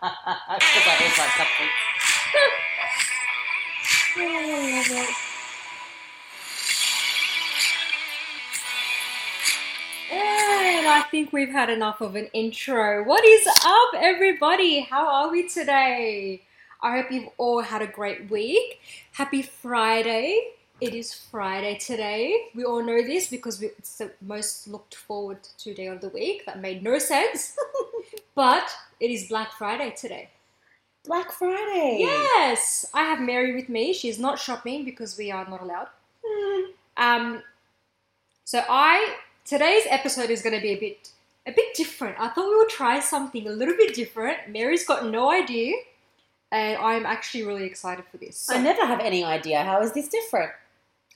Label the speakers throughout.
Speaker 1: Because I ate my cupcakes. I love it. And I think we've had enough of an intro. What is up, everybody? How are we today? I hope you've all had a great week. Happy Friday. It is Friday today. We all know this because we, it's the most looked forward to day of the week. That made no sense. but it is Black Friday today.
Speaker 2: Black Friday.
Speaker 1: Yes, I have Mary with me. She's not shopping because we are not allowed.
Speaker 2: Mm.
Speaker 1: Um, so I today's episode is going to be a bit a bit different. I thought we would try something a little bit different. Mary's got no idea, and I'm actually really excited for this. So
Speaker 2: I never have any idea. How is this different?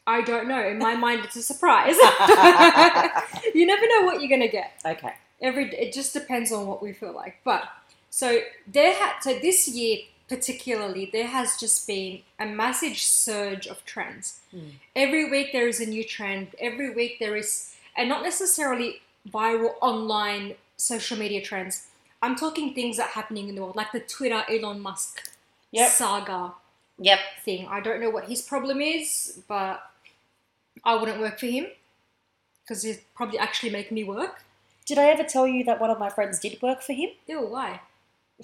Speaker 1: I don't know. In my mind, it's a surprise. you never know what you're going to get.
Speaker 2: Okay.
Speaker 1: every it just depends on what we feel like but so there had so this year particularly there has just been a massive surge of trends
Speaker 2: Mm.
Speaker 1: every week there is a new trend every week there is and not necessarily viral online social media trends i'm talking things that are happening in the world like the twitter elon musk
Speaker 2: Yep.
Speaker 1: saga
Speaker 2: Yep.
Speaker 1: thing i don't know what his problem is but i wouldn't work for him because he'd probably actually make me work
Speaker 2: Did I ever tell you that one of my friends did work for him?
Speaker 1: ew why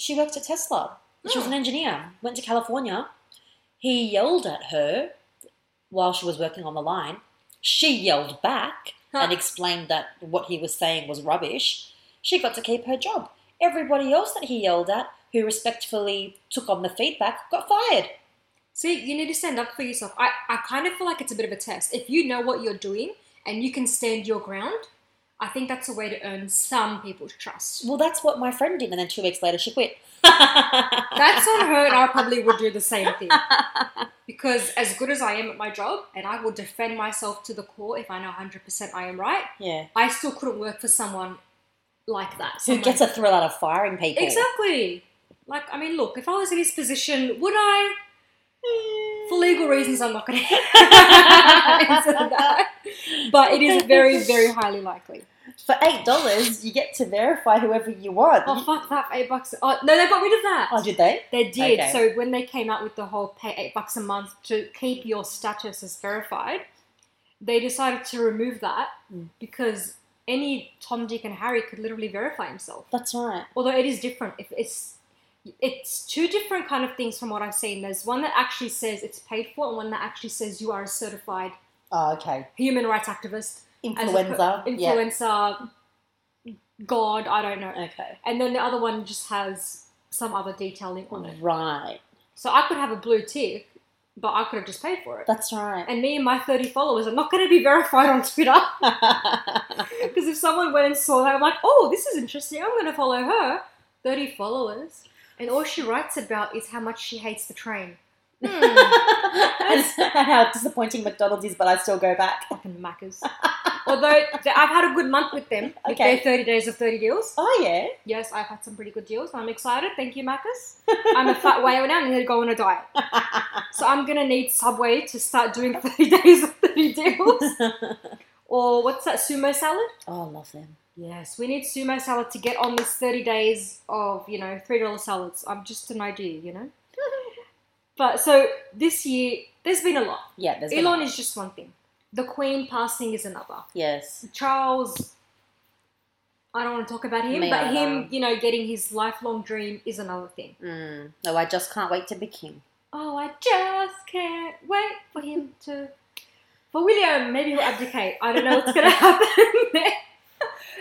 Speaker 2: She worked at Tesla. She was
Speaker 1: Oh.
Speaker 2: an engineer. Went to California. He yelled at her while she was working on the line. She yelled back
Speaker 1: Huh.
Speaker 2: and explained that what he was saying was rubbish. She got to keep her job. Everybody else that he yelled at, who respectfully took on the feedback, got fired.
Speaker 1: See, you need to stand up for yourself. I, I kind of feel like it's a bit of a test. If you know what you're doing and you can stand your ground, I think that's a way to earn some people's trust.
Speaker 2: Well, that's what my friend did, and then two weeks later she quit.
Speaker 1: That's on her, and I probably would do the same thing. Because as good as I am at my job, and I will defend myself to the core if I know 100% I am right,
Speaker 2: yeah.
Speaker 1: I still couldn't work for someone like that.
Speaker 2: Who
Speaker 1: Someone-
Speaker 2: gets a thrill out of firing people?
Speaker 1: Exactly. Like, I mean, look, if I was in his position, would I? For legal reasons, I'm not going to answer that. But it is very, very highly likely.
Speaker 2: For eight dollars, you get to verify whoever you want.
Speaker 1: Oh, fuck that. Eight bucks. Oh, no, they got rid of that.
Speaker 2: Oh, did they?
Speaker 1: They did.
Speaker 2: Okay.
Speaker 1: So when they came out with the whole pay eight bucks a month to keep your status as verified, they decided to remove that
Speaker 2: Mm.
Speaker 1: because any Tom, Dick, and Harry could literally verify himself.
Speaker 2: That's right.
Speaker 1: although it is different if it's it's two different kind of things from what i've seen there's one that actually says it's paid for and one that actually says you are a certified
Speaker 2: Oh, okay.
Speaker 1: human rights activist as a
Speaker 2: Influenza.
Speaker 1: pro-
Speaker 2: yeah.
Speaker 1: influencer god i don't know
Speaker 2: Okay.
Speaker 1: and then the other one just has some other detailing on it
Speaker 2: Right.
Speaker 1: so i could have a blue tick but i could have just paid for it
Speaker 2: That's right.
Speaker 1: and me and my 30 followers are not going to be verified on twitter because if someone went and saw that, I'm like, oh, this is interesting. I'm going to follow her. 30 followers. And all she writes about is how much she hates the train. Hmm.
Speaker 2: and how disappointing McDonald's is, but I still go back.
Speaker 1: Fucking mackers. Although th- I've had a good month with them. With
Speaker 2: Okay.
Speaker 1: their 30 days of 30 deals.
Speaker 2: Oh yeah.
Speaker 1: Yes, I've had some pretty good deals. I'm excited. Thank you, Maccas. I'm a fat whale now. and need to go on a diet. So I'm going to need Subway to start doing 30 days of 30 deals. Or what's that, sumo salad?
Speaker 2: oh, love them.
Speaker 1: Yes, we need sumo salad to get on this 30 days of, you know, $3 salads. I'm just an idea, you know? but so this year, there's been a lot.
Speaker 2: Yeah. There's been-
Speaker 1: Elon is just one thing, the Queen passing is another.
Speaker 2: Yes.
Speaker 1: Charles, I don't want to talk about him,
Speaker 2: Me
Speaker 1: but
Speaker 2: either.
Speaker 1: him, you know, getting his lifelong dream is another thing.
Speaker 2: Mm. No, I just can't wait to be king.
Speaker 1: Oh, I just can't wait for him to. For William, maybe he'll abdicate. I don't know what's going to happen.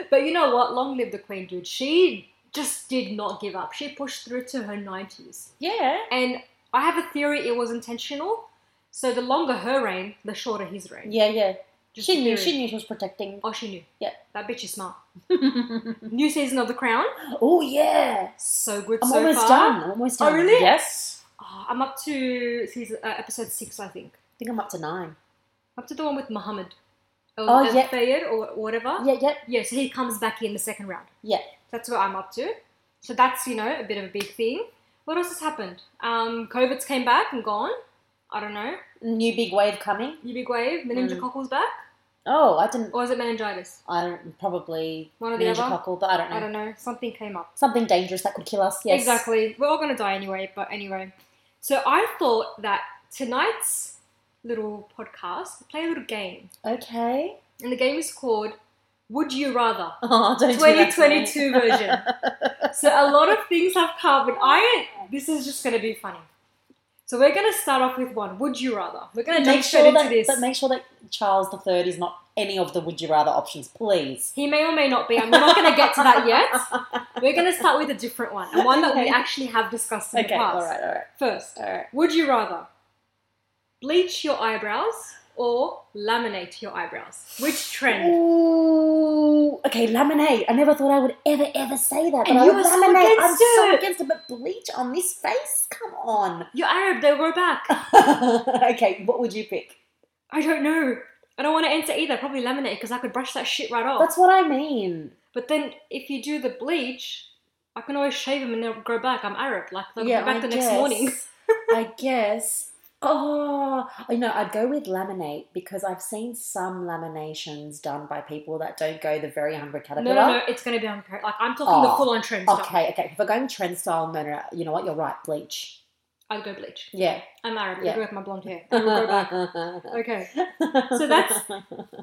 Speaker 1: but you know what? Long live the Queen, dude. She just did not give up. She pushed through to her 90s.
Speaker 2: Yeah.
Speaker 1: And I have a theory it was intentional. So the longer her reign, the shorter his reign.
Speaker 2: Yeah, yeah.
Speaker 1: Just
Speaker 2: she
Speaker 1: a
Speaker 2: knew.
Speaker 1: theory.
Speaker 2: She knew she was protecting.
Speaker 1: Oh, she knew.
Speaker 2: Yeah.
Speaker 1: That bitch is smart.
Speaker 2: Mm-hmm.
Speaker 1: New season of The Crown.
Speaker 2: oh yeah.
Speaker 1: So good
Speaker 2: I'm
Speaker 1: so
Speaker 2: almost
Speaker 1: far.
Speaker 2: done. I'm almost
Speaker 1: Oh,
Speaker 2: done.
Speaker 1: really?
Speaker 2: Yes.
Speaker 1: Oh, I'm up to season uh, episode six, I think.
Speaker 2: I think I'm up to nine.
Speaker 1: Up to the one with Muhammad. El,
Speaker 2: Oh,
Speaker 1: El
Speaker 2: yeah.
Speaker 1: Fayed or whatever.
Speaker 2: Yeah, yeah,
Speaker 1: Yeah, so he comes back in the second round.
Speaker 2: yeah.
Speaker 1: That's where I'm up to. So that's, you know, a bit of a big thing. What else has happened? Um, COVID's came back and gone. I don't know.
Speaker 2: New big wave coming. Mm.
Speaker 1: New big wave. Meningococcal back.
Speaker 2: Oh, I didn't.
Speaker 1: Or was it meningitis?
Speaker 2: I don't, probably
Speaker 1: One or the other?
Speaker 2: meningococcal, but I don't know.
Speaker 1: I don't know. Something came up.
Speaker 2: Something dangerous that could kill us. Yes.
Speaker 1: Exactly. We're all going to die anyway, but anyway. So I thought that tonight's little podcast, play a little game.
Speaker 2: Okay.
Speaker 1: And the game is called Would You Rather
Speaker 2: Oh, don't do that to me.
Speaker 1: 2022 version. So a lot of things have come, but I this is just going to be funny. So we're going to start off with one. Would you rather? We're going to
Speaker 2: make
Speaker 1: jump straight
Speaker 2: sure
Speaker 1: into
Speaker 2: that,
Speaker 1: this.
Speaker 2: but make sure that Charles the Third is not any of the would you rather options, please.
Speaker 1: He may or may not be. I'm not going to get to that yet. We're going to start with a different one, and one that we
Speaker 2: Okay.
Speaker 1: actually have discussed in
Speaker 2: Okay.
Speaker 1: the past.
Speaker 2: All right. All right.
Speaker 1: First,
Speaker 2: All right.
Speaker 1: would you rather bleach your eyebrows or laminate your eyebrows? Which trend?
Speaker 2: Ooh, okay, laminate. I never thought I would ever, ever say that. But
Speaker 1: And
Speaker 2: I
Speaker 1: you
Speaker 2: would
Speaker 1: were so
Speaker 2: laminate. I'm
Speaker 1: against
Speaker 2: so
Speaker 1: it.
Speaker 2: against it, but bleach on this face? Come on.
Speaker 1: You're Arab. They were back.
Speaker 2: okay, what would you pick?
Speaker 1: I don't know. I don't want to answer either. Probably laminate because I could brush that shit right off.
Speaker 2: That's what I mean.
Speaker 1: But then if you do the bleach, I can always shave them and they'll grow back. I'm Arab. Like they'll grow back the next morning.
Speaker 2: I guess. Oh, you know, I'd go with laminate because I've seen some laminations done by people that don't go the very hungry
Speaker 1: No,
Speaker 2: caterpillar.
Speaker 1: no, no. It's gonna be on. Like I'm talking the
Speaker 2: Oh,
Speaker 1: full on trend stuff.
Speaker 2: Okay, okay. If we're going trend style, no, no, no. You know what? You're right. Bleach.
Speaker 1: I'd go bleach.
Speaker 2: Yeah.
Speaker 1: I'm Arab.
Speaker 2: Yeah.
Speaker 1: I grew up with my blonde hair. It'll grow back. Okay. So that's-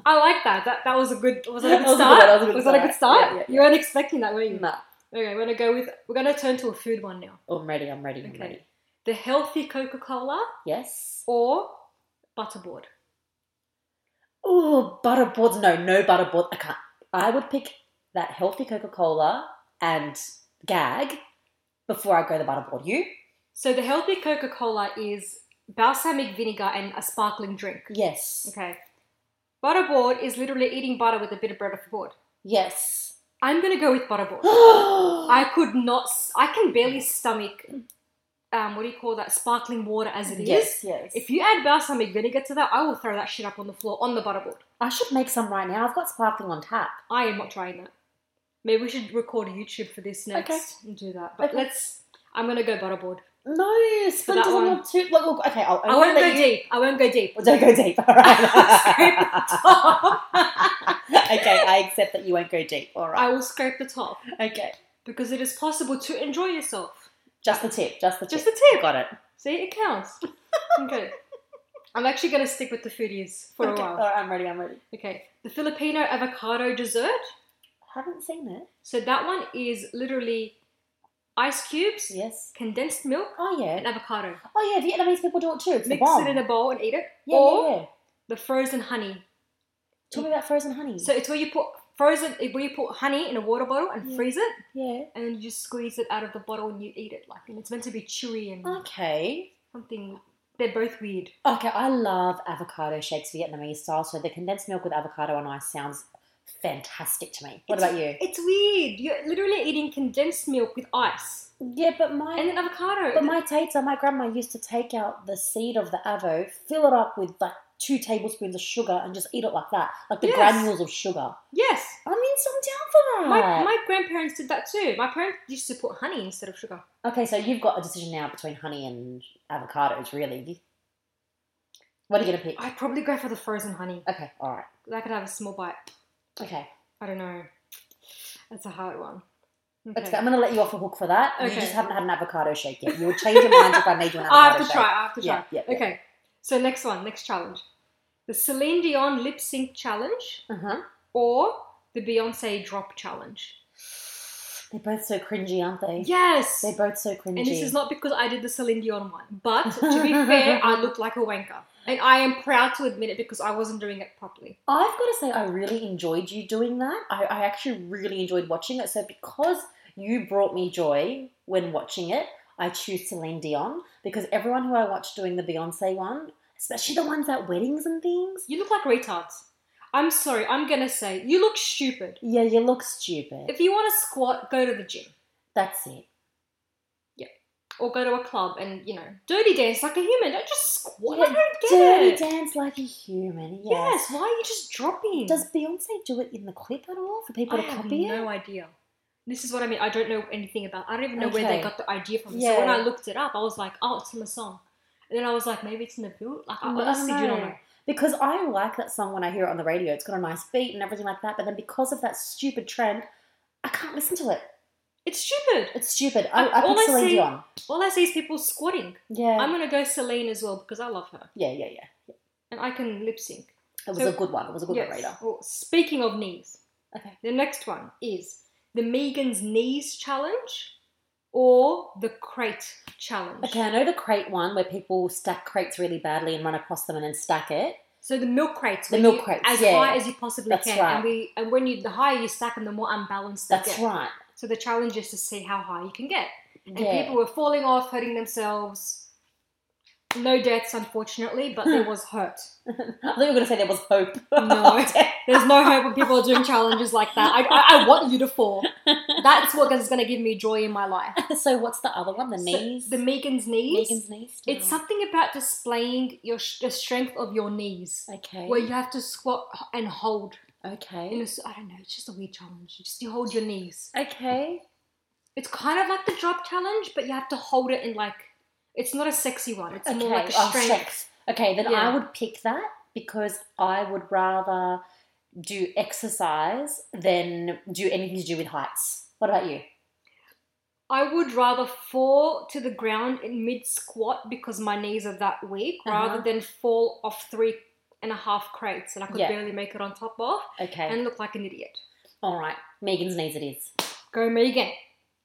Speaker 1: I like that. That that was a good. Was that
Speaker 2: That
Speaker 1: a
Speaker 2: was a good one, that was
Speaker 1: good
Speaker 2: a
Speaker 1: start?
Speaker 2: good
Speaker 1: Was that a good
Speaker 2: start.
Speaker 1: start?
Speaker 2: Yeah, yeah,
Speaker 1: You weren't expecting that, were you?
Speaker 2: No.
Speaker 1: Okay, we're gonna go with. We're gonna turn to a food one now.
Speaker 2: Oh, I'm ready. I'm ready. I'm
Speaker 1: Okay.
Speaker 2: ready.
Speaker 1: The healthy Coca Cola
Speaker 2: Yes.
Speaker 1: or butterboard.
Speaker 2: Oh, butterboards. No, no butterboard. I can't. I would pick that healthy Coca Cola and gag before I go the butterboard. You?
Speaker 1: So the healthy Coca Cola is balsamic vinegar and a sparkling drink.
Speaker 2: Yes.
Speaker 1: Okay. Butterboard is literally eating butter with a bit of bread off the board.
Speaker 2: Yes.
Speaker 1: I'm gonna go with butterboard.
Speaker 2: I.
Speaker 1: I could not. s- I can barely stomach. Um, what do you call that? Sparkling water as it is.
Speaker 2: Yes. Yes.
Speaker 1: If you add balsamic vinegar to that, I will throw that shit up on the floor on the butterboard.
Speaker 2: I should make some right now. I've got sparkling on tap.
Speaker 1: I am not trying that. Maybe we should record YouTube for this next and do that. But
Speaker 2: Okay.
Speaker 1: let's. I'm gonna go butterboard.
Speaker 2: No, splinters on your
Speaker 1: one.
Speaker 2: tooth. Look, look. Okay, I'll.
Speaker 1: I won't go
Speaker 2: let you-
Speaker 1: deep. I won't go deep.
Speaker 2: Well, don't go deep. All
Speaker 1: Scrape
Speaker 2: right.
Speaker 1: the top.
Speaker 2: okay, I accept that you won't go deep. All
Speaker 1: I
Speaker 2: right.
Speaker 1: will scrape the top
Speaker 2: Okay.
Speaker 1: because it is possible to enjoy yourself.
Speaker 2: Just the tip. Just the tip.
Speaker 1: Just the tip.
Speaker 2: Got it.
Speaker 1: See, it counts. okay. I'm actually gonna stick with the foodies for
Speaker 2: Okay,
Speaker 1: a while.
Speaker 2: All right, I'm ready. I'm ready.
Speaker 1: Okay. The Filipino avocado dessert.
Speaker 2: Haven't seen it.
Speaker 1: So that one is literally ice cubes,
Speaker 2: Yes.
Speaker 1: condensed milk,
Speaker 2: Oh yeah.
Speaker 1: and avocado.
Speaker 2: Oh yeah. Vietnamese people do it too. It's the
Speaker 1: Mix
Speaker 2: bomb.
Speaker 1: it in a bowl and eat it.
Speaker 2: yeah,
Speaker 1: or
Speaker 2: yeah, yeah.
Speaker 1: the frozen honey.
Speaker 2: Tell me about frozen honey.
Speaker 1: So it's where you put frozen where you put honey in a water bottle and
Speaker 2: Yeah.
Speaker 1: freeze it
Speaker 2: yeah.
Speaker 1: and then you just squeeze it out of the bottle and you eat it like and it's meant to be chewy and
Speaker 2: Oh. Okay.
Speaker 1: something they're both weird.
Speaker 2: Okay. I love avocado shakes Vietnamese style. So the condensed milk with avocado and ice sounds fantastic to me. What
Speaker 1: It's-
Speaker 2: about you?
Speaker 1: It's weird. You're literally eating condensed milk with ice
Speaker 2: Yeah, but my
Speaker 1: and then avocado.
Speaker 2: But my tater, my grandma used to take out the seed of the avo, fill it up with like two tablespoons of sugar, and just eat it like that, like the
Speaker 1: Yes.
Speaker 2: granules of sugar.
Speaker 1: yes.
Speaker 2: I mean, so I'm down for
Speaker 1: My,
Speaker 2: that.
Speaker 1: my grandparents did that too. My parents used to put honey instead of sugar.
Speaker 2: Okay, so you've got a decision now between honey and avocados, really. What are you gonna pick?
Speaker 1: I'd probably go for the frozen honey.
Speaker 2: Okay, all right.
Speaker 1: I could have a small bite.
Speaker 2: Okay,
Speaker 1: I don't know. That's a hard one.
Speaker 2: okay. I'm gonna let you off the hook for that. You
Speaker 1: Okay.
Speaker 2: just haven't had an avocado shake yet. You will change your mind if I made you an avocado
Speaker 1: I have to
Speaker 2: shake.
Speaker 1: try. I have to try.
Speaker 2: Yeah, yeah. yeah.
Speaker 1: Okay. So next one, next challenge. The Celine Dion lip sync challenge
Speaker 2: Uh huh.
Speaker 1: or the Beyonce drop challenge.
Speaker 2: They're both so cringy, aren't they?
Speaker 1: Yes.
Speaker 2: They're both so cringy.
Speaker 1: And this is not because I did the Celine Dion one, but to be fair, I looked like a wanker. And I am proud to admit it because I wasn't doing it properly.
Speaker 2: I've got to say, I really enjoyed you doing that. I, I actually really enjoyed watching it. So, because you brought me joy when watching it, I choose Celine Dion because everyone who I watch doing the Beyonce one, especially the ones at weddings and things,
Speaker 1: You look like retards. I'm sorry, I'm gonna say you look stupid.
Speaker 2: yeah, you look stupid.
Speaker 1: If you want to squat, go to the gym
Speaker 2: That's it.
Speaker 1: or go to a club and you know, dirty dance like a human. Don't just squat. I
Speaker 2: Yeah,
Speaker 1: don't get
Speaker 2: Dirty
Speaker 1: it.
Speaker 2: dance like a human. Yes.
Speaker 1: Yes. Why are you just dropping?
Speaker 2: Does Beyonce do it in the clip at all for people
Speaker 1: I
Speaker 2: to
Speaker 1: have
Speaker 2: copy it?
Speaker 1: no idea. This is what I mean. I don't know anything about. I don't even know where
Speaker 2: Okay.
Speaker 1: they got the idea from.
Speaker 2: Yeah.
Speaker 1: So when I looked it up, I was like, oh, it's in the song. And then I was like, maybe it's in the boot. Like I
Speaker 2: No, I
Speaker 1: honestly do
Speaker 2: don't
Speaker 1: not
Speaker 2: know.
Speaker 1: know.
Speaker 2: Because I like that song when I hear it on the radio. It's got a nice beat and everything like that. But then because of that stupid trend, I can't listen to it.
Speaker 1: It's stupid.
Speaker 2: It's stupid. I, I,
Speaker 1: All
Speaker 2: pick
Speaker 1: I
Speaker 2: Celine
Speaker 1: see-
Speaker 2: Dion.
Speaker 1: All I see is people squatting.
Speaker 2: Yeah.
Speaker 1: I'm gonna go Celine as well because I love her
Speaker 2: yeah, yeah, yeah.
Speaker 1: and I can lip sync.
Speaker 2: It was
Speaker 1: So-
Speaker 2: a good one. It was a good
Speaker 1: Yes.
Speaker 2: one, Rita.
Speaker 1: Well, speaking of knees,
Speaker 2: Okay.
Speaker 1: the next one is the Megan's knees challenge or the crate challenge.
Speaker 2: Okay, I know the crate one where people stack crates really badly and run across them and then stack it.
Speaker 1: So the milk crates,
Speaker 2: The
Speaker 1: where
Speaker 2: milk
Speaker 1: you-
Speaker 2: crates,
Speaker 1: as
Speaker 2: yeah.
Speaker 1: high as you possibly
Speaker 2: That's
Speaker 1: can,
Speaker 2: right.
Speaker 1: and we and when you the higher you stack them, the more unbalanced they
Speaker 2: That's
Speaker 1: get.
Speaker 2: right.
Speaker 1: So the challenge is to see how high you can get. And
Speaker 2: Yeah.
Speaker 1: people were falling off, hurting themselves. No deaths, unfortunately, but there was hurt.
Speaker 2: I thought you were going to say there was hope.
Speaker 1: No. There's no hope when people are doing challenges like that. I, I, I want you to fall. That's what is going to give me joy in my life.
Speaker 2: so what's the other one? The
Speaker 1: So,
Speaker 2: knees?
Speaker 1: the Megan's knees.
Speaker 2: Megan's knees?
Speaker 1: It's something about displaying your sh- the strength of your knees,
Speaker 2: Okay.
Speaker 1: where you have to squat and hold. In a,
Speaker 2: okay.
Speaker 1: s- I don't know. It's just a weird challenge. You just you hold your knees.
Speaker 2: Okay.
Speaker 1: It's kind of like the drop challenge, but you have to hold it in like. It's not a sexy one. It's more like a
Speaker 2: Oh,
Speaker 1: strength.
Speaker 2: Okay, then
Speaker 1: Yeah.
Speaker 2: I would pick that because I would rather do exercise than do anything to do with heights. What about you?
Speaker 1: I would rather fall to the ground in mid squat because my knees are that weak,
Speaker 2: Uh-huh.
Speaker 1: rather than fall off three and a half crates and I could
Speaker 2: Yeah.
Speaker 1: barely make it on top of
Speaker 2: Okay.
Speaker 1: and look like an idiot.
Speaker 2: All right. Megan's knees it is.
Speaker 1: Go Megan.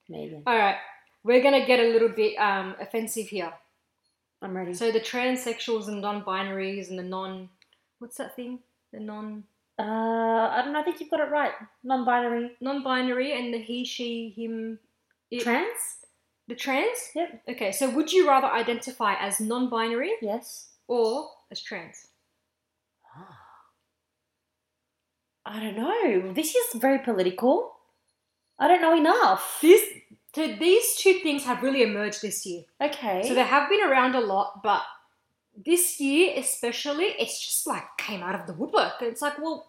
Speaker 2: Megan.
Speaker 1: All right, we're gonna get a little bit um, offensive here.
Speaker 2: I'm ready.
Speaker 1: So the transsexuals and non-binaries and the non, what's that thing? The non
Speaker 2: uh, I don't know. I think you've got it right. Non-binary.
Speaker 1: non-binary and the he, she, him, it-
Speaker 2: Trans?
Speaker 1: the trans.
Speaker 2: Yep.
Speaker 1: Okay, so would you rather identify as non-binary
Speaker 2: Yes.
Speaker 1: or as trans?
Speaker 2: Ah. I don't know. This is very political. I don't know enough.
Speaker 1: This, so these two things have really emerged this year.
Speaker 2: okay.
Speaker 1: So they have been around a lot, but this year especially, it's just like came out of the woodwork. It's like, well,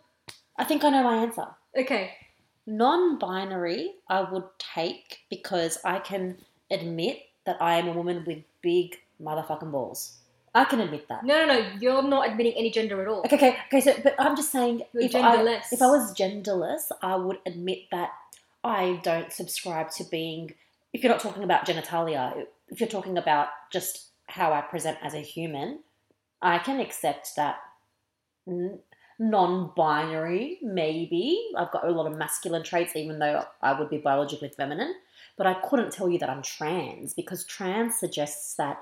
Speaker 2: I think I know my answer.
Speaker 1: okay,
Speaker 2: Non binary, I would take because I can admit that I am a woman with big motherfucking balls. I can admit that.
Speaker 1: no, no, no, you're not admitting any gender at all.
Speaker 2: Okay, okay, okay. So, but I'm just saying,
Speaker 1: You're
Speaker 2: if I,
Speaker 1: genderless.
Speaker 2: if I was genderless, I would admit that I don't subscribe to being. If you're not talking about genitalia, if you're talking about just how I present as a human, I can accept that n- non-binary. Maybe I've got a lot of masculine traits, even though I would be biologically feminine. But I couldn't tell you that I'm trans because trans suggests that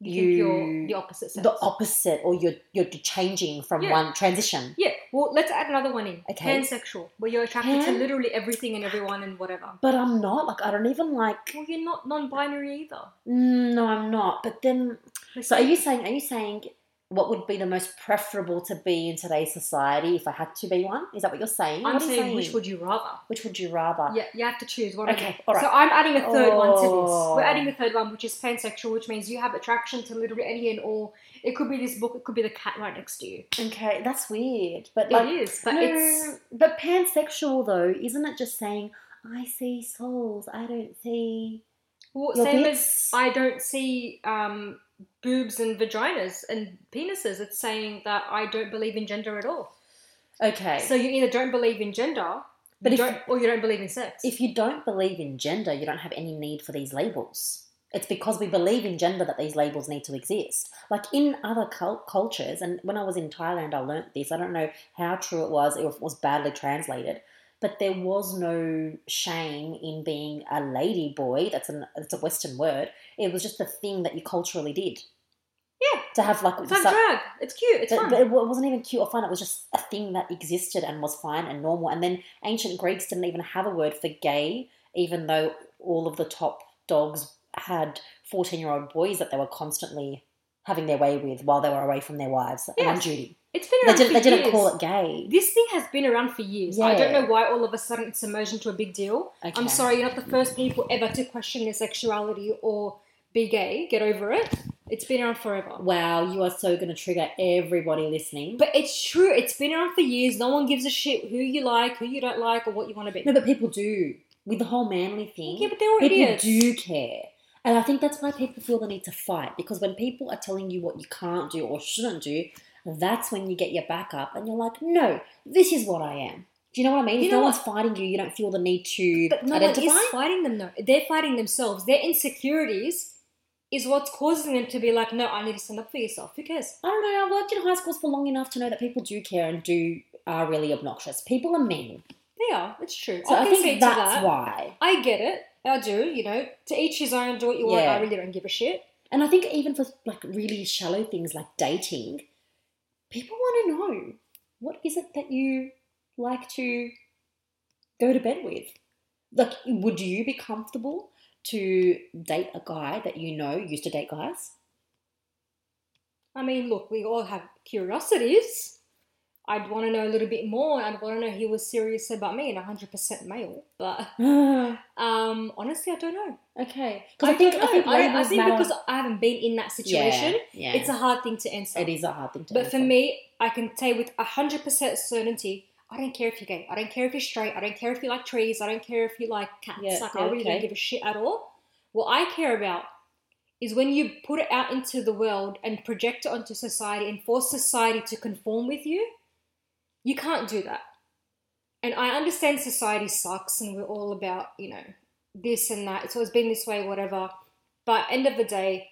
Speaker 1: You, think you're
Speaker 2: you-
Speaker 1: the opposite sex.
Speaker 2: the opposite or you're you're changing from
Speaker 1: Yeah.
Speaker 2: one transition.
Speaker 1: yeah, well, let's add another one in.
Speaker 2: Okay.
Speaker 1: Pansexual, where you're attracted to
Speaker 2: Pan-
Speaker 1: literally everything and everyone and whatever.
Speaker 2: But I'm not. Like I don't even like.
Speaker 1: Well, you're not non-binary either.
Speaker 2: Mm, No, I'm not. But then, so are you saying? Are you saying what would be the most preferable to be in today's society if I had to be one? Is that what you're saying?
Speaker 1: I'm
Speaker 2: What are you
Speaker 1: saying, which would you rather?
Speaker 2: Which would you rather?
Speaker 1: Yeah, you have to choose one. of them.
Speaker 2: Okay. All right.
Speaker 1: So I'm adding a third one to
Speaker 2: Oh.
Speaker 1: this. We're adding a third one, which is pansexual, which means you have attraction to literally any and all. It could be this book. It could be the cat right next to you.
Speaker 2: okay. That's weird. But
Speaker 1: It is,
Speaker 2: like,
Speaker 1: but
Speaker 2: no,
Speaker 1: it's
Speaker 2: but pansexual though, isn't it just saying I see souls, I don't see
Speaker 1: well,
Speaker 2: your
Speaker 1: same as
Speaker 2: bits"?
Speaker 1: I don't see um, boobs and vaginas and penises. It's saying that I don't believe in gender at all.
Speaker 2: Okay.
Speaker 1: So you either don't believe in gender,
Speaker 2: But
Speaker 1: you
Speaker 2: if-
Speaker 1: don't, or you don't believe in sex.
Speaker 2: If you don't believe in gender, you don't have any need for these labels. It's because we believe in gender that these labels need to exist. Like in other cul- cultures, and when I was in Thailand, I learnt this. I don't know how true it was, or if it was badly translated, but there was no shame in being a lady boy. That's, an, that's a Western word. It was just the thing that you culturally did.
Speaker 1: Yeah.
Speaker 2: To have like.
Speaker 1: it's like
Speaker 2: some-
Speaker 1: drag. It's cute. It's
Speaker 2: but,
Speaker 1: fun.
Speaker 2: but it wa- wasn't even cute or fun. It was just a thing that existed and was fine and normal. And then ancient Greeks didn't even have a word for gay, even though all of the top dogs had 14 year old boys that they were constantly having their way with while they were away from their wives and on
Speaker 1: Yes.
Speaker 2: duty.
Speaker 1: it's been
Speaker 2: They,
Speaker 1: around
Speaker 2: did,
Speaker 1: for
Speaker 2: they didn't
Speaker 1: years.
Speaker 2: call it gay.
Speaker 1: This thing has been around for years. I don't
Speaker 2: Yeah.
Speaker 1: know why all of a sudden it's emerged into a big deal.
Speaker 2: Okay.
Speaker 1: I'm sorry, you're not the first people ever to question their sexuality or be gay. Get over it. It's been around forever.
Speaker 2: Wow, you are so going to trigger everybody listening.
Speaker 1: But it's true. It's been around for years. No one gives a shit who you like, who you don't like, or what you want to be.
Speaker 2: no, but people do. With the whole manly thing.
Speaker 1: yeah, but they're all
Speaker 2: people
Speaker 1: idiots.
Speaker 2: do care. And I think that's why people feel the need to fight because when people are telling you what you can't do or shouldn't do, that's when you get your back up and you're like, no, this is what I am. Do you know what I mean?
Speaker 1: You
Speaker 2: if
Speaker 1: know
Speaker 2: no one's fighting you, you don't feel the need to
Speaker 1: But no
Speaker 2: identify.
Speaker 1: one is fighting them though. They're fighting themselves. Their insecurities is what's causing them to be like, no, I need to stand up for yourself. Who cares?
Speaker 2: I don't know. I worked in high schools for long enough to know that people do care and do are really obnoxious. People are mean.
Speaker 1: They are. It's true.
Speaker 2: So I,
Speaker 1: can
Speaker 2: think
Speaker 1: to
Speaker 2: that's
Speaker 1: that.
Speaker 2: why.
Speaker 1: I get it. I do. You know, to each his own. Do what you want.
Speaker 2: Yeah.
Speaker 1: I really don't give a shit.
Speaker 2: And I think even for like really shallow things like dating, people want to know what is it that you like to go to bed with? Like, would you be comfortable to date a guy that you know used to date guys?
Speaker 1: I mean, look, we all have curiosities. I'd want to know a little bit more. I'd want to know he was serious about me and 100% male. But
Speaker 2: okay,
Speaker 1: um, honestly, I don't know.
Speaker 2: because I, think
Speaker 1: don't
Speaker 2: I
Speaker 1: know.
Speaker 2: think
Speaker 1: I, don't- I
Speaker 2: labels
Speaker 1: think
Speaker 2: matter.
Speaker 1: because I haven't been in that situation,
Speaker 2: yeah,
Speaker 1: it's a hard thing to answer.
Speaker 2: it is a hard thing to.
Speaker 1: But for
Speaker 2: answer.
Speaker 1: me, I can say with 100% certainty, I don't care if you're gay. I don't care if you're straight. I don't care if you like trees. I don't care if you like cats.
Speaker 2: Yeah,
Speaker 1: like,
Speaker 2: yeah,
Speaker 1: I really don't
Speaker 2: okay.
Speaker 1: give a shit at all. What I care about is when you put it out into the world and project it onto society and force society to conform with you, you can't do that. And I understand society sucks and we're all about, you know, this and that. It's always been this way, whatever. But end of the day,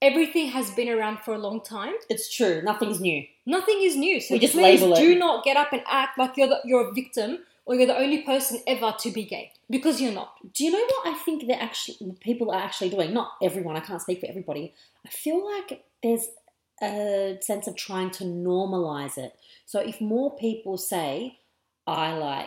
Speaker 1: everything has been around for a long time.
Speaker 2: it's true. Nothing's new.
Speaker 1: Nothing is new. So
Speaker 2: We just
Speaker 1: please
Speaker 2: label it.
Speaker 1: do not get up and act like you're the, you're a victim or you're the only person ever to be gay because you're not.
Speaker 2: Do you know what I think that actually people are actually doing? Not everyone. I can't speak for everybody. I feel like there's a sense of trying to normalize it. So if more people say, "I like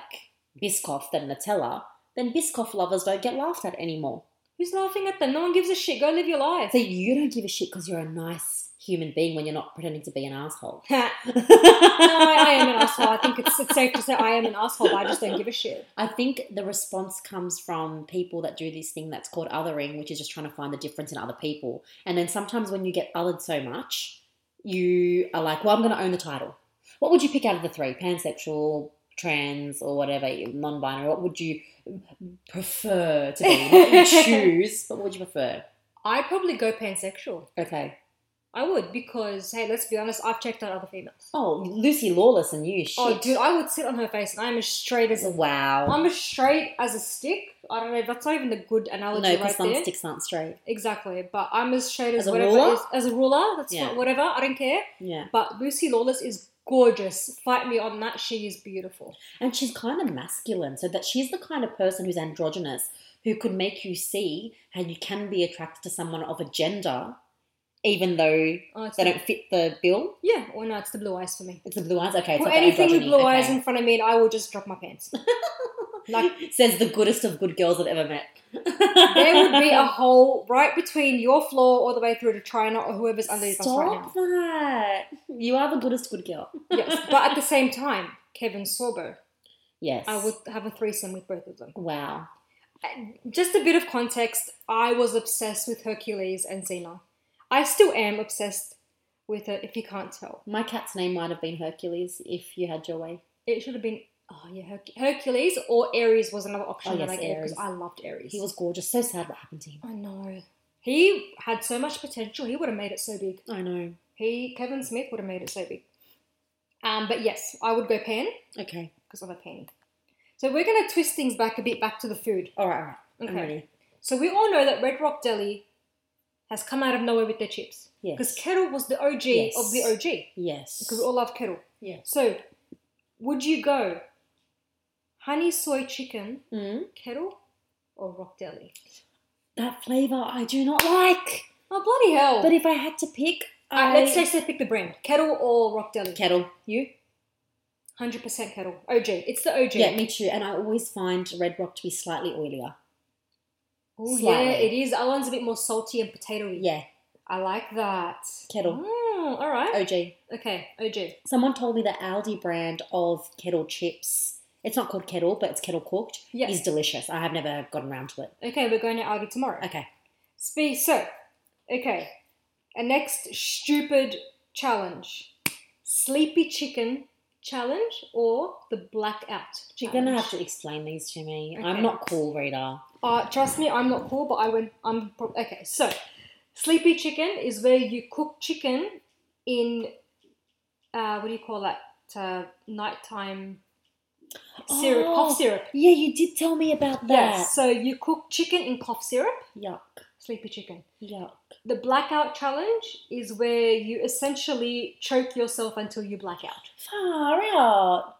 Speaker 2: Biscoff than Nutella," then Biscoff lovers don't get laughed at anymore.
Speaker 1: Who's laughing at them? No one gives a shit. Go live your life.
Speaker 2: So you don't give a shit because you're a nice human being when you're not pretending to be an asshole.
Speaker 1: no,
Speaker 2: no,
Speaker 1: I, I am an asshole. I think it's, it's safe to say I am an asshole. But I just don't give a shit.
Speaker 2: I think the response comes from people that do this thing that's called othering, which is just trying to find the difference in other people. And then sometimes when you get othered so much, you are like, well, I'm going to own the title. What would you pick out of the three? Pansexual, trans, or whatever, non binary? What would you prefer to be? Not you choose, but what would you prefer?
Speaker 1: I'd probably go pansexual.
Speaker 2: Okay.
Speaker 1: I would because hey, let's be honest. I've checked out other females.
Speaker 2: Oh, Lucy Lawless and you. Shit.
Speaker 1: Oh, dude, I would sit on her face, and I'm as straight as a.
Speaker 2: Wow.
Speaker 1: I'm as straight as a stick. I don't know. That's not even a good
Speaker 2: No,
Speaker 1: analogy,
Speaker 2: because
Speaker 1: right
Speaker 2: some
Speaker 1: there.
Speaker 2: sticks aren't straight.
Speaker 1: Exactly, but I'm as straight as,
Speaker 2: As a
Speaker 1: whatever.
Speaker 2: ruler?
Speaker 1: Is, as a ruler, that's
Speaker 2: Yeah.
Speaker 1: fi- whatever. I don't care.
Speaker 2: Yeah.
Speaker 1: But Lucy Lawless is gorgeous. Fight me on that. She is beautiful.
Speaker 2: And she's kind of masculine, so that she's the kind of person who's androgynous, who could make you see how you can be attracted to someone of a gender, even though
Speaker 1: Oh, it's
Speaker 2: they
Speaker 1: the-
Speaker 2: don't fit the bill.
Speaker 1: yeah, or no, it's the blue eyes for me.
Speaker 2: It's the blue eyes. Okay, it's
Speaker 1: Put
Speaker 2: not the
Speaker 1: anything with
Speaker 2: androgyny,
Speaker 1: blue eyes
Speaker 2: okay.
Speaker 1: in front of me, and I will just drop my pants. like
Speaker 2: Says the goodest of good girls I've ever met.
Speaker 1: there would be a hole right between your floor all the way through to China or whoever's underneath us right now.
Speaker 2: Stop that. You are the goodest good girl.
Speaker 1: Yes, but at the same time, Kevin Sorbo,
Speaker 2: Yes.
Speaker 1: I would have a threesome with both of them.
Speaker 2: Wow.
Speaker 1: Just a bit of context, I was obsessed with Hercules and Xena. I still am obsessed with it, if you can't tell.
Speaker 2: My cat's name might have been Hercules if you had your way.
Speaker 1: It should have been, oh yeah, Herc- Hercules or Ares was another option
Speaker 2: Oh,
Speaker 1: that
Speaker 2: yes,
Speaker 1: I gave
Speaker 2: Ares.
Speaker 1: because I loved Ares.
Speaker 2: He was gorgeous. So sad what happened to him.
Speaker 1: I know. He had so much potential, he would have made it so big.
Speaker 2: I know.
Speaker 1: He, Kevin Smith, would have made it so big. Um, but yes, I would go pan
Speaker 2: Okay.
Speaker 1: because I'm a pan. So we're going to twist things back a bit back to the food.
Speaker 2: All right. All right. I'm
Speaker 1: Okay.
Speaker 2: ready.
Speaker 1: So we all know that Red Rock Deli has come out of nowhere with their chips.
Speaker 2: Yes.
Speaker 1: Because Kettle was the OG
Speaker 2: Yes.
Speaker 1: of the OG.
Speaker 2: Yes.
Speaker 1: Because we all love Kettle.
Speaker 2: Yes.
Speaker 1: So, would you go honey soy chicken,
Speaker 2: Mm.
Speaker 1: Kettle, or Rock Deli?
Speaker 2: That flavour I do not like.
Speaker 1: Oh, bloody hell.
Speaker 2: But if I had to pick, I...
Speaker 1: Alright, Uh, let's just say pick the brand. Kettle or Rock Deli?
Speaker 2: kettle. You?
Speaker 1: 100% Kettle. OG. It's the OG.
Speaker 2: Yeah, me too. And I always find Red Rock to be slightly oilier.
Speaker 1: Ooh, yeah,
Speaker 2: Slightly.
Speaker 1: it is. Our one's a bit more salty and potatoy.
Speaker 2: Yeah,
Speaker 1: I like that.
Speaker 2: Kettle.
Speaker 1: Mm, all right.
Speaker 2: OG.
Speaker 1: Okay, OG.
Speaker 2: Someone told me the Aldi brand of kettle chips. It's not called kettle, but it's kettle cooked.
Speaker 1: Yeah.
Speaker 2: Is delicious. I have never gotten around to it.
Speaker 1: Okay, we're going to argue tomorrow.
Speaker 2: Okay.
Speaker 1: Speak so. Okay. A next stupid challenge. Sleepy chicken challenge or the blackout challenge.
Speaker 2: You're gonna have to explain these to me.
Speaker 1: Okay.
Speaker 2: I'm not cool, Rita.
Speaker 1: Uh, trust me, I'm not cool, but I went. I'm pro- okay. So, sleepy chicken is where you cook chicken in uh, what do you call that? Uh, nighttime syrup,
Speaker 2: Oh,
Speaker 1: cough syrup.
Speaker 2: Yeah, you did tell me about that.
Speaker 1: Yes. So you cook chicken in cough syrup,
Speaker 2: Yuck.
Speaker 1: sleepy chicken.
Speaker 2: Yuck.
Speaker 1: The blackout challenge is where you essentially choke yourself until you black out.
Speaker 2: Far out.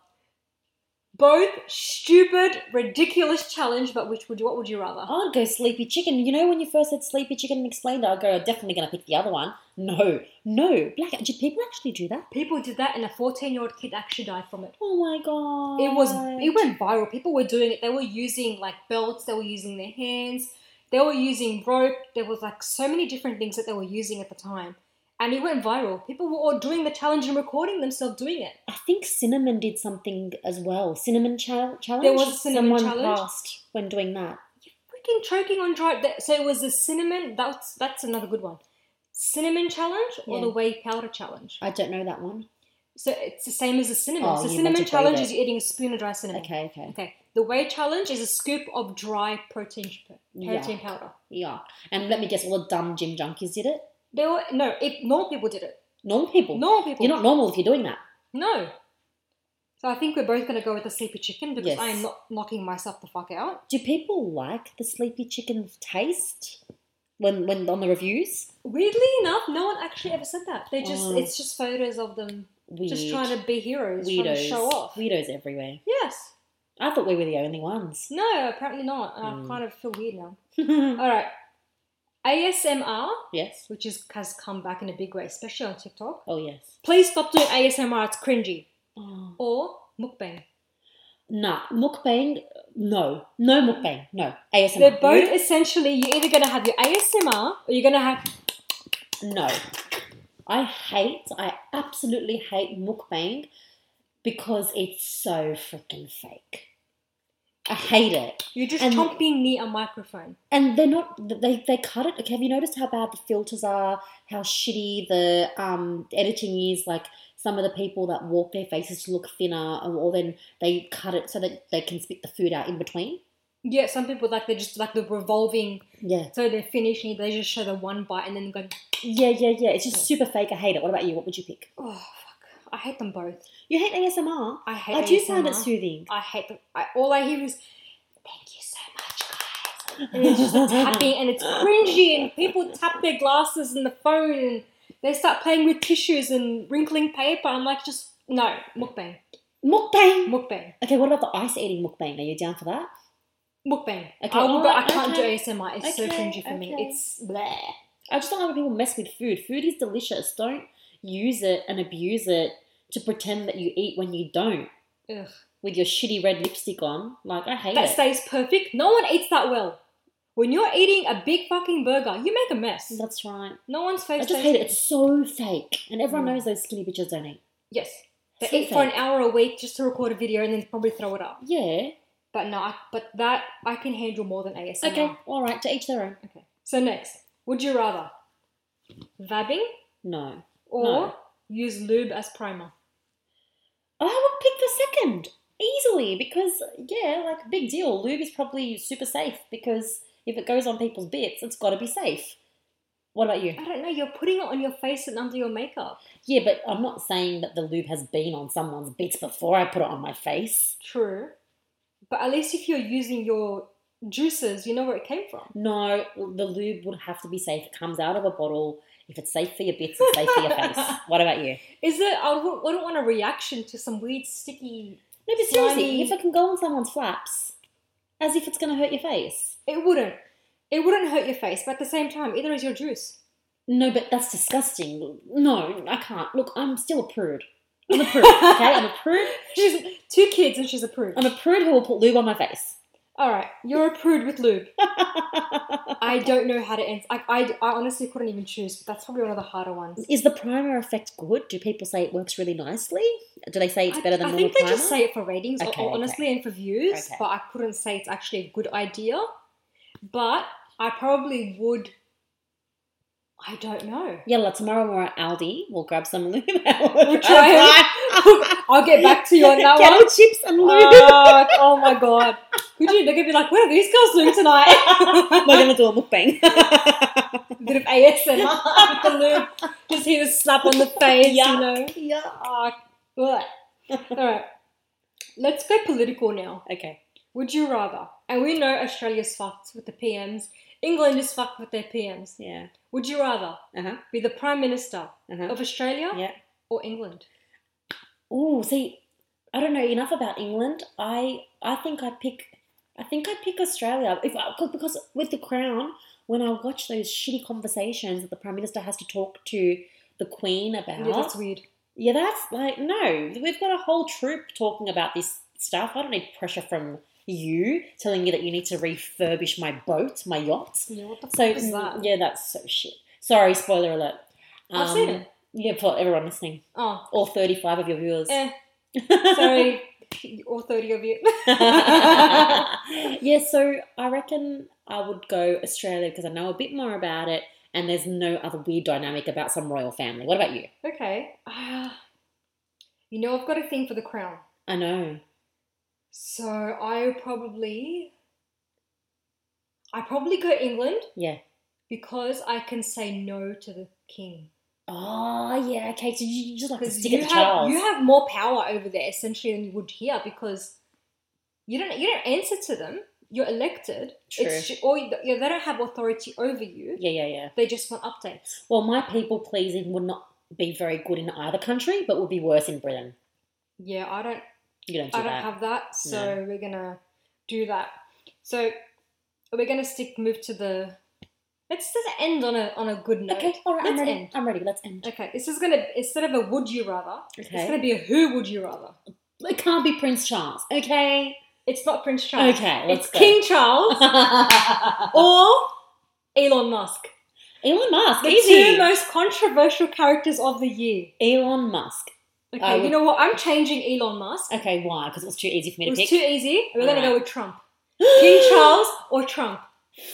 Speaker 1: Both stupid, ridiculous challenge, but which would you, what would you rather?
Speaker 2: I'd go sleepy chicken. You know when you first said sleepy chicken and explained it, I'd go, I'm definitely going to pick the other one. No, no. Blackout. Did people actually do that?
Speaker 1: People did that, and a 14 year old kid actually died from it.
Speaker 2: Oh my god.
Speaker 1: It was it went viral. People were doing it. They were using like belts. They were using their hands. They were using rope. There was like so many different things that they were using at the time, and it went viral. People were all doing the challenge and recording themselves doing it.
Speaker 2: I think Cinnamon did something as well. Cinnamon chal- challenge?
Speaker 1: There was a cinnamon
Speaker 2: Someone
Speaker 1: challenge.
Speaker 2: passed when doing that.
Speaker 1: Freaking choking on dry. that- So it was the cinnamon. That's that's another good one. Cinnamon challenge or
Speaker 2: Yeah.
Speaker 1: the whey powder challenge.
Speaker 2: I don't know that one.
Speaker 1: So it's the same as the cinnamon.
Speaker 2: Oh,
Speaker 1: so
Speaker 2: you
Speaker 1: cinnamon
Speaker 2: multiplied
Speaker 1: challenge
Speaker 2: it.
Speaker 1: is you're eating a spoon of dry cinnamon.
Speaker 2: Okay, okay.
Speaker 1: Okay. The whey challenge is a scoop of dry protein protein
Speaker 2: Yuck.
Speaker 1: powder.
Speaker 2: Yeah. And let me guess, all the dumb gym junkies did it?
Speaker 1: They were no. It normal people did it.
Speaker 2: Normal people.
Speaker 1: Normal people.
Speaker 2: You're not normal if you're doing that.
Speaker 1: No. So I think we're both gonna go with the sleepy chicken because
Speaker 2: Yes.
Speaker 1: I'm not knocking myself the fuck out.
Speaker 2: Do people like the sleepy chicken taste when when on the reviews?
Speaker 1: Weirdly enough, no one actually ever said that. They just
Speaker 2: Oh.
Speaker 1: it's just photos of them
Speaker 2: Weird.
Speaker 1: just trying to be heroes, trying to
Speaker 2: weirdos.
Speaker 1: show off.
Speaker 2: Weirdos everywhere.
Speaker 1: Yes.
Speaker 2: I thought we were the only ones.
Speaker 1: No, apparently not. And I
Speaker 2: Mm.
Speaker 1: kind of feel weird now. Alright. ASMR,
Speaker 2: yes.
Speaker 1: which is has come back in a big way, especially on TikTok.
Speaker 2: Oh yes.
Speaker 1: Please stop doing ASMR, it's cringy.
Speaker 2: Oh.
Speaker 1: Or mukbang.
Speaker 2: Nah. Mukbang. No. No mukbang. No. ASMR.
Speaker 1: They're both
Speaker 2: You?
Speaker 1: essentially you're either gonna have your ASMR or you're gonna have
Speaker 2: No. I hate. I absolutely hate mukbang because it's so freaking fake. I hate it.
Speaker 1: you're just
Speaker 2: And-
Speaker 1: chomping near a microphone.
Speaker 2: and they're not they they cut it like, have you noticed how bad the filters are how shitty the um editing is like some of the people that walk their faces to look thinner or, or then they cut it so that they can spit the food out in between
Speaker 1: Yeah, some people like they just like the revolving,
Speaker 2: yeah
Speaker 1: so they're finishing, they just show the one bite and then go,
Speaker 2: yeah yeah yeah it's just super fake i hate it what about you what would you pick
Speaker 1: oh fuck. I hate them both.
Speaker 2: you hate asmr
Speaker 1: I hate
Speaker 2: i do
Speaker 1: ASMR.
Speaker 2: find it soothing
Speaker 1: I hate them. I, all I hear is, thank you so much, guys. And it's just the tapping and it's cringy and people tap their glasses and the phone and they start playing with tissues and wrinkling paper. I'm like, just, no, mukbang,
Speaker 2: mukbang
Speaker 1: mukbang,
Speaker 2: okay what about the ice eating mukbang are you down for that
Speaker 1: mukbang.
Speaker 2: Okay,
Speaker 1: I, will go, I
Speaker 2: alright,
Speaker 1: can't
Speaker 2: okay.
Speaker 1: do ASMR. It's so
Speaker 2: Okay,
Speaker 1: cringy for me.
Speaker 2: okay.
Speaker 1: It's bleh.
Speaker 2: I just don't like when people mess with food. Food is delicious. Don't use it and abuse it to pretend that you eat when you don't.
Speaker 1: Ugh.
Speaker 2: With your shitty red lipstick on. Like, I hate
Speaker 1: that
Speaker 2: it.
Speaker 1: stays perfect. No one eats that well. When you're eating a big fucking burger, you make a mess.
Speaker 2: That's right.
Speaker 1: No one's face
Speaker 2: I just
Speaker 1: stays.
Speaker 2: hate it. It's so fake. And everyone
Speaker 1: Mm.
Speaker 2: knows those skinny bitches don't eat.
Speaker 1: Yes, they
Speaker 2: So
Speaker 1: eat for an
Speaker 2: fake.
Speaker 1: hour a week just to record a video and then probably throw it up.
Speaker 2: Yeah.
Speaker 1: But no, I, but that I can handle more than ASMR.
Speaker 2: Okay. All right. To each their own.
Speaker 1: Okay. So next, would you rather vabbing
Speaker 2: No.
Speaker 1: or
Speaker 2: No.
Speaker 1: use lube as primer?
Speaker 2: I would pick the second. Easily. Because, yeah, like, big deal. Lube is probably super safe because if it goes on people's bits, it's got to be safe. What about you?
Speaker 1: I don't know. You're putting it on your face and under your makeup.
Speaker 2: Yeah, but I'm not saying that the lube has been on someone's bits before I put it on my face.
Speaker 1: True, but at least if you're using your juices, you know where it came from.
Speaker 2: No, the lube would have to be safe. It comes out of a bottle. If it's safe for your bits, it's safe for your face. What about you?
Speaker 1: Is it? I wouldn't, I wouldn't want a reaction to some weird sticky.
Speaker 2: No, but
Speaker 1: Slimy.
Speaker 2: seriously, if it can go on someone's flaps, as if it's going to hurt your face.
Speaker 1: It wouldn't. It wouldn't hurt your face, but at the same time, either is your juice.
Speaker 2: No, but that's disgusting. No, I can't. Look, I'm still a prude. I'm a prude, okay? I'm a prude.
Speaker 1: She's two kids and she's a prude.
Speaker 2: I'm a prude who will put lube on my face.
Speaker 1: All right, you're a prude with lube. I don't know how to answer. I, I, I honestly couldn't even choose. But that's probably one of the harder ones.
Speaker 2: Is the primer effect good? Do people say it works really nicely? Do they say it's
Speaker 1: I-
Speaker 2: better than
Speaker 1: I,
Speaker 2: normal
Speaker 1: think they
Speaker 2: primer?
Speaker 1: just say it for ratings, or-
Speaker 2: Okay,
Speaker 1: or,
Speaker 2: okay.
Speaker 1: honestly, and for views.
Speaker 2: Okay.
Speaker 1: But I couldn't say it's actually a good idea. But I probably would. I don't know.
Speaker 2: Yeah, well, tomorrow we're at Aldi. We'll grab some lube.
Speaker 1: We'll try it. I'll get back to you on that one.
Speaker 2: Kettle chips and lube.
Speaker 1: Oh, oh my god. Could you? They're gonna be like, what are these girls doing tonight?
Speaker 2: we're gonna do a mukbang.
Speaker 1: bit of ASMR with the lube. Just he was slap on the face, you know.
Speaker 2: Yeah.
Speaker 1: Ah, bleh. All right. Let's go political now.
Speaker 2: Okay.
Speaker 1: Would you rather? And we know Australia's fucked with the PMs. England is fucked with their PMs.
Speaker 2: Yeah.
Speaker 1: Would you rather
Speaker 2: Uh huh.
Speaker 1: be the Prime Minister
Speaker 2: Uh huh.
Speaker 1: of Australia
Speaker 2: Yeah.
Speaker 1: or England?
Speaker 2: Oh, see, I don't know enough about England. I I think I pick I think I pick Australia if I, 'cause- because with the Crown, when I watch those shitty conversations that the Prime Minister has to talk to the Queen about,
Speaker 1: Yeah, that's weird.
Speaker 2: yeah, that's like no, we've got a whole troop talking about this stuff. I don't need pressure from you telling you that you need to refurbish my boat, my yacht.
Speaker 1: Yeah, what the fuck
Speaker 2: So
Speaker 1: is that?
Speaker 2: yeah, that's so shit. Sorry, spoiler alert. Um,
Speaker 1: I've seen it.
Speaker 2: Yeah, for everyone listening,
Speaker 1: Oh,
Speaker 2: all thirty-five of your viewers.
Speaker 1: eh, sorry. All 30 of you.
Speaker 2: yeah, so I reckon I would go Australia because I know a bit more about it and there's no other weird dynamic about some royal family. What about you?
Speaker 1: Okay. Ah, you know, I've got a thing for the crown.
Speaker 2: I know.
Speaker 1: So I probably. I probably go England
Speaker 2: Yeah.
Speaker 1: because I can say no to the king.
Speaker 2: Oh, yeah, okay. So you you just like to
Speaker 1: Because
Speaker 2: stick
Speaker 1: you
Speaker 2: at the
Speaker 1: have
Speaker 2: Charles.
Speaker 1: you have more power over there essentially than you would here because you don't you don't answer to them. You're elected. It's ju- or you, yeah, they don't have authority over you.
Speaker 2: yeah, yeah, yeah.
Speaker 1: They just want updates.
Speaker 2: Well, my people pleasing would not be very good in either country, but would be worse in Britain.
Speaker 1: Yeah, I don't
Speaker 2: You don't do
Speaker 1: I don't
Speaker 2: that.
Speaker 1: have that, so we're gonna do that. So we're gonna stick move to the. Let's just end on a on a good note.
Speaker 2: okay, all right, I'm
Speaker 1: Let's
Speaker 2: ready.
Speaker 1: end.
Speaker 2: I'm ready. Let's end.
Speaker 1: Okay, This is gonna instead of a would you rather, it's
Speaker 2: Okay.
Speaker 1: gonna be a who would you rather.
Speaker 2: It can't be Prince Charles, okay?
Speaker 1: It's not Prince Charles.
Speaker 2: Okay, let's
Speaker 1: it's
Speaker 2: go.
Speaker 1: King Charles or Elon Musk.
Speaker 2: Elon Musk,
Speaker 1: The
Speaker 2: easy.
Speaker 1: two most controversial characters of the year.
Speaker 2: Elon Musk.
Speaker 1: Okay,
Speaker 2: I
Speaker 1: you
Speaker 2: would-
Speaker 1: know what? I'm changing Elon Musk.
Speaker 2: Okay, why? Because it was too easy for me
Speaker 1: It
Speaker 2: to pick.
Speaker 1: was too easy. We're gonna
Speaker 2: Alright.
Speaker 1: go with Trump. King Charles or Trump?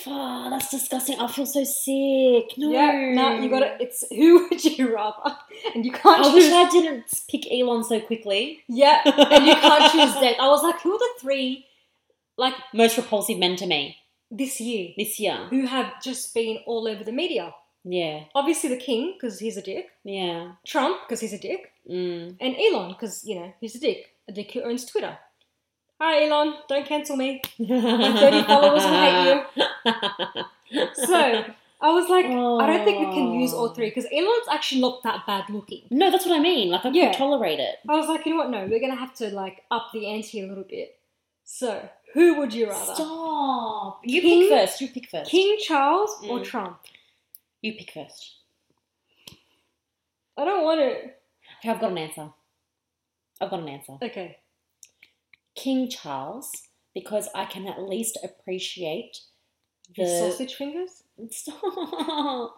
Speaker 2: Oh, that's disgusting. I feel so sick. No.
Speaker 1: Yeah, no, you got to It's who would you rather? And you can't
Speaker 2: I wish
Speaker 1: choose.
Speaker 2: I didn't pick Elon so quickly.
Speaker 1: yeah, and you can't choose that. I was like, who are the three like
Speaker 2: Most repulsive men to me
Speaker 1: this year
Speaker 2: this year.
Speaker 1: who have just been all over the media?
Speaker 2: Yeah,
Speaker 1: Obviously, the king because he's a dick,
Speaker 2: yeah.
Speaker 1: Trump because he's a dick,
Speaker 2: Mm.
Speaker 1: and Elon because you know he's a dick, a dick who owns Twitter. Hi, Elon. Don't cancel me. My 30 followers will hate you. So I was like, I don't think we can use all three because Elon's actually not that bad looking.
Speaker 2: Oh. No, that's what I mean. Like, I
Speaker 1: Yeah.
Speaker 2: can tolerate it.
Speaker 1: I was like, you know what? No, we're gonna have to like up the ante a little bit. So, who would you rather?
Speaker 2: Stop. You pick
Speaker 1: King-
Speaker 2: first. You pick first.
Speaker 1: King Charles or
Speaker 2: Mm.
Speaker 1: Trump?
Speaker 2: You pick first.
Speaker 1: I don't want to.
Speaker 2: Okay, I've got an answer. I've got an answer.
Speaker 1: Okay.
Speaker 2: King Charles, because I can at least appreciate
Speaker 1: His
Speaker 2: the
Speaker 1: sausage fingers.
Speaker 2: Stop.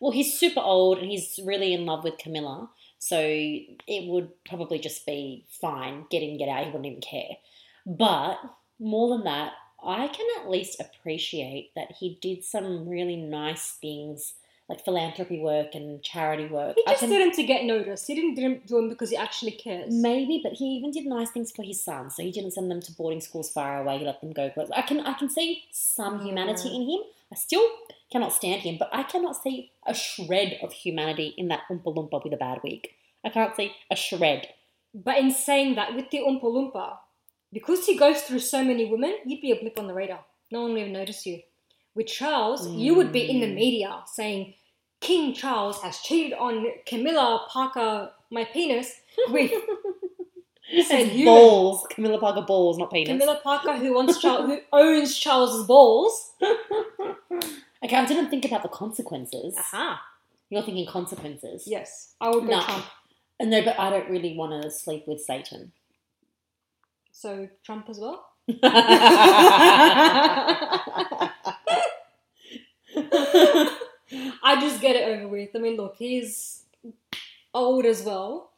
Speaker 2: Well, he's super old and he's really in love with Camilla, so it would probably just be fine. Get in, get out. He wouldn't even care. But more than that, I can at least appreciate that he did some really nice things, like philanthropy work and charity work.
Speaker 1: He
Speaker 2: I
Speaker 1: just
Speaker 2: can-
Speaker 1: did him to get noticed. He didn't, didn't do him because he actually cares.
Speaker 2: Maybe, but he even did nice things for his son. So he didn't send them to boarding schools far away. He let them go. But I can, I can see some humanity in him. I still cannot stand him, but I cannot see a shred of humanity in that Oompa Loompa with a bad wig. I can't see a shred.
Speaker 1: But in saying that, with the Oompa Loompa, because he goes through so many women, you'd be a blip on the radar. No one would even notice you. With Charles, you would be in the
Speaker 2: Mm.
Speaker 1: media saying, King Charles has cheated on Camilla Parker, my penis, with said
Speaker 2: It's
Speaker 1: human.
Speaker 2: balls. Camilla Parker balls, not penis.
Speaker 1: Camilla Parker, who wants Charles, who owns Charles's balls.
Speaker 2: Okay, I didn't think about the consequences.
Speaker 1: Aha.
Speaker 2: You're thinking consequences.
Speaker 1: Yes, I would go
Speaker 2: No.
Speaker 1: Trump.
Speaker 2: No, but I don't really want to sleep with Satan.
Speaker 1: So Trump as well. I just get it over with. I mean, look, he's old as well.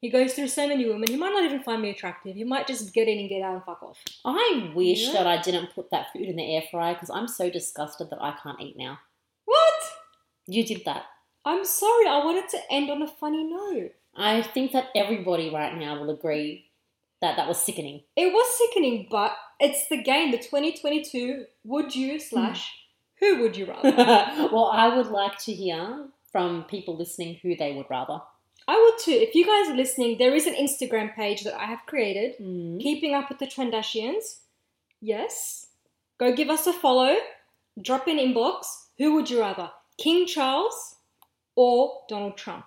Speaker 1: He goes through so many women. He might not even find me attractive. He might just get in and get out and fuck off.
Speaker 2: I wish
Speaker 1: Yeah.
Speaker 2: that I didn't put that food in the air fryer because I'm so disgusted that I can't eat now.
Speaker 1: What?
Speaker 2: You did that.
Speaker 1: I'm sorry. I wanted to end on a funny note.
Speaker 2: I think that everybody right now will agree that that was sickening.
Speaker 1: It was sickening, but it's the game. The 2022 would you slash who would you rather?
Speaker 2: well, I would like to hear from people listening who they would rather.
Speaker 1: I would too. If you guys are listening, there is an Instagram page that I have created,
Speaker 2: Mm.
Speaker 1: Keeping Up with the Trendashians. Yes. Go give us a follow. Drop an inbox. Who would you rather? King Charles or Donald Trump?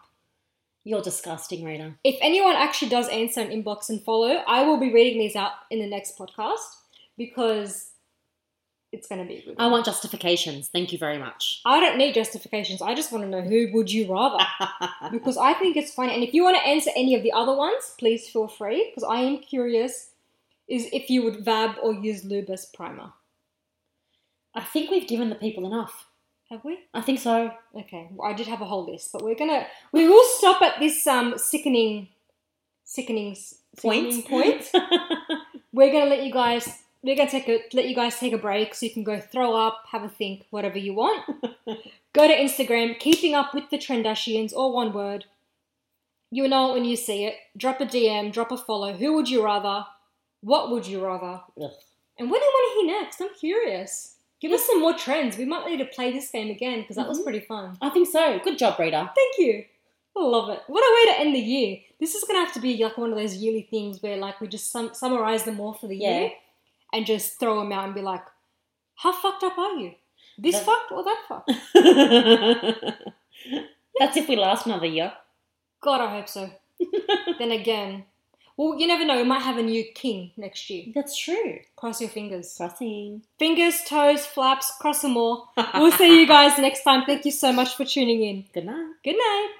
Speaker 2: You're disgusting, Rena.
Speaker 1: If anyone actually does answer an inbox and follow, I will be reading these out in the next podcast because it's going to be a good.
Speaker 2: I
Speaker 1: one.
Speaker 2: want justifications. Thank you very much.
Speaker 1: I don't need justifications. I just want to know who would you rather because I think it's funny. And if you want to answer any of the other ones, please feel free because I am curious. Is if you would vab or use lube as primer?
Speaker 2: I think we've given the people enough.
Speaker 1: Have we?
Speaker 2: I think so.
Speaker 1: Okay, well, I did have a whole list, but we're gonna we will stop at this um sickening, sickening s- sickening
Speaker 2: Point.
Speaker 1: point. we're gonna let you guys we're gonna take a let you guys take a break so you can go throw up have a think whatever you want go to instagram keeping up with the trendashians or one word you know it when you see it drop a dm drop a follow who would you rather what would you rather
Speaker 2: Ugh.
Speaker 1: and what do you want to hear next i'm curious give us some more trends we might need to play this game again because that was
Speaker 2: Mhm.
Speaker 1: pretty fun
Speaker 2: I think so. Good job, Rita.
Speaker 1: Thank you. I love it. What a way to end the year. This is gonna have to be like one of those yearly things where like we just sum- summarize them all for the
Speaker 2: Yeah.
Speaker 1: year and just throw them out and be like, how fucked up are you? This
Speaker 2: That-
Speaker 1: fucked or that fucked?
Speaker 2: That's if we last another year.
Speaker 1: God, I hope so. then again, well, you never know. We might have a new king next year.
Speaker 2: That's true.
Speaker 1: Cross your fingers.
Speaker 2: Crossing.
Speaker 1: Fingers, toes, flaps, cross them all. We'll see you guys next time. Thank you so much for tuning in.
Speaker 2: Good night.
Speaker 1: Good night.